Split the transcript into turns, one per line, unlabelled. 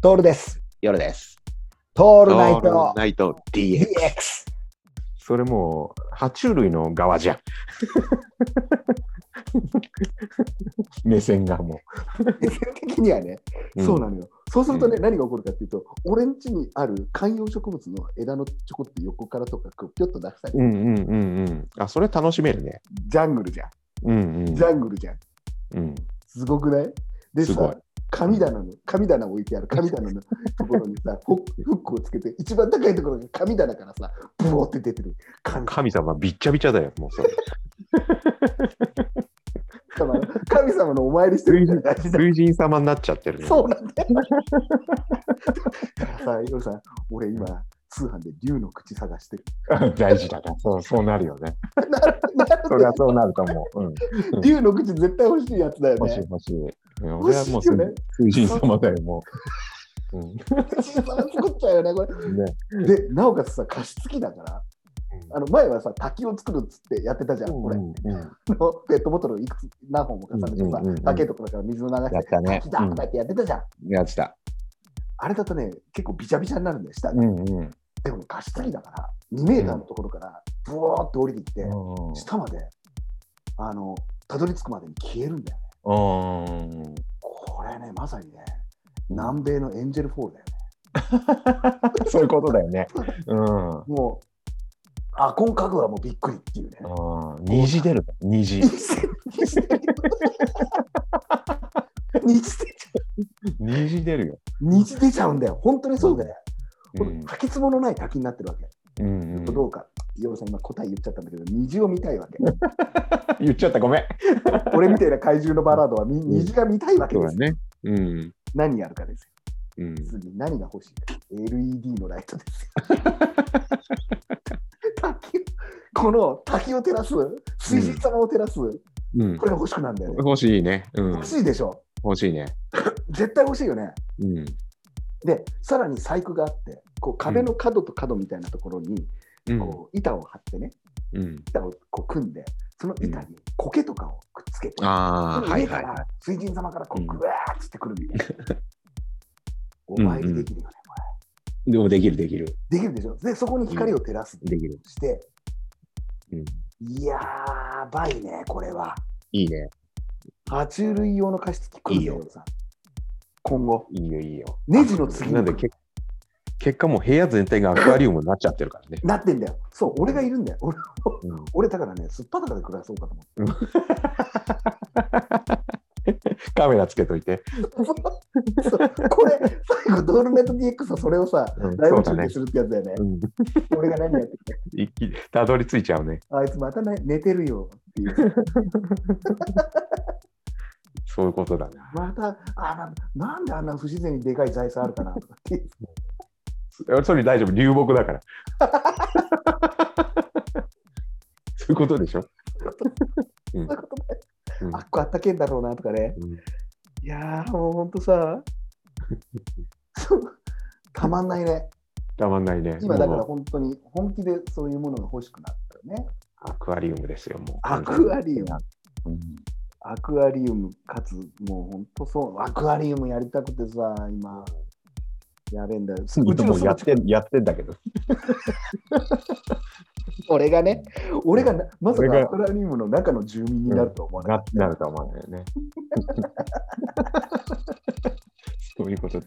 トールです。
夜です。
ト
オ
ールナイト
ナイト DX。
DX。
それもう、爬虫類の側 じゃん。目線がも
目線的にはね、
う。
そう
の
なのよ。そうするとね、
う
何が起こるかっていうと、俺ん家にある観葉植物の枝のちょこって横からとか、こうぴょっと出したり、
うんうんうんうん。あ、それ楽しめるね。
ジャングルじゃん。
うんうん。
ジャングルじゃん。
うん、
すごくないです
ごい
さ、神棚の、神棚置いてある神棚のところにさ、フッフックをつけて、一番高いところに神棚からさ、ブオーって出てる。神
神様びっちゃびちゃだよ、もうそれ。
様の神様のお参りしてるみたいな感じだ。
類人様になっちゃ ってるね。
そうなんだよ。だからさ、ヨルさん、俺今、通販で竜の口探してる。
大事だから、そうそうなるよね。
なるほ
そ
ど
れはそうなると思う。うん、
竜の口絶対欲しいやつだよ
もし
ね。
もし。うん
欲
俺
し
はいも
よ
う
ね。
類人様だよ、もう。
口さ作っちゃうよね、こ
うん、ね
れ。で、なおかつさ、加湿器だから。あの前はさ、滝を作るっつってやってたじゃん、これ。
うんうん
のペットボトルをいくつ何本も重ねてさ
うんうんうんう、ん
高いところから水を流し、
やってたね
滝だとか言ってやってたじゃん。
やってた。
あれだとね、結構びちゃびちゃになるんだよ、下
う
に。
んうん。うん
でも加湿器だから、2メーターのところから、ブワーって降りてきて、下まで、あの、たどり着くまでに消えるんだよね。
うん。
これね、まさにね、南米のエンジェルフォールだよね。
そういうことだよね。うん。
もう、あ、今家具はもうびっくりっていうね。
ああ、虹出るね。虹。
虹出ちゃ
虹出るよ。
う虹出ちゃうんだよ。本当にそうだよ。
う
これ
ん。
滝つぼのない滝になってるわけ。
うんうん
どうか、ヨルさん、今答え言っちゃったんだけど、虹を見たいわけ。
言っちゃった、ごめん。
俺みたいな怪獣のバラードは、み虹が見たいわけ
そう
で
だ
す。
ね。うん。
何やるかですよ。
うん。
次、何が欲しいか。LED のライトですよ。滝をこの滝を照らす、水神様を照らす、
うん
こ。れが欲しくなんだよね。
欲しいね。うん
欲。しいでしょ。
欲しいね。
絶対欲しいよね。
うん。
で、さらに細工があって、こう壁の角と角みたいなところに、
うん。
こう板を張ってね、
うん。
板をこう組んで、その板に苔とかをくっつけて、
ああ、は
上
い
か
はいは
ら水神様からこ
う
うんグワーッつってくるみたい な。お参りできるよね、こ
い。でもできるできる。
れ。できるでしょ。で、そこに光を照らす、
できる。
して、
うん
やばいね、これは。
いいね。
爬虫類用の加湿器来るんだ
いい
よ、さん今後。
いいよいいよ。
ネジの次に
なんでけ結果もう部屋全体がアクアリウムになっちゃってるからね。
なってんだよ。そう、俺がいるんだよ。俺、
うん
俺だからね、すっぱだから暮らそうかと 思って。
カメラつけといて。
そうこれ、最後、ドールネット DX はそれをさ、
うん
ライ
そ
ブ
うだ
中
ね
継。するってやつだよね。
うん。
俺が何やってきて、
一気たどり着いちゃうね。
あいつまた、ね、寝てるよっていう。
そういうことだね。
また、あななんであんな不自然にでかい財産あるかなとかっていう。
それ大丈夫、流木だ から。そういうことでしょ。
そういうことね
うん
あっこあったけんだろうなとかね。
うん
いやー、もうほんと さ、そうたまんないね。
たまんないね。
今だから
も
本当に本気でそういうものが欲しくなったよね。
うアクアリウムですよ、もう。
アクアリウム。
うん
アクアリウムかつ、もう本当そう、アクアリウムやりたくてさ、今、やべえんだよ。うち
うち
の
も
す
や
ぐ
っ
近
て
く、
やってんだけど。
俺がね、俺がなまさ
俺
か
が
アクアリウムの中の住民になるとは思わなか っ
な なるとは思わないよね。そういうこと。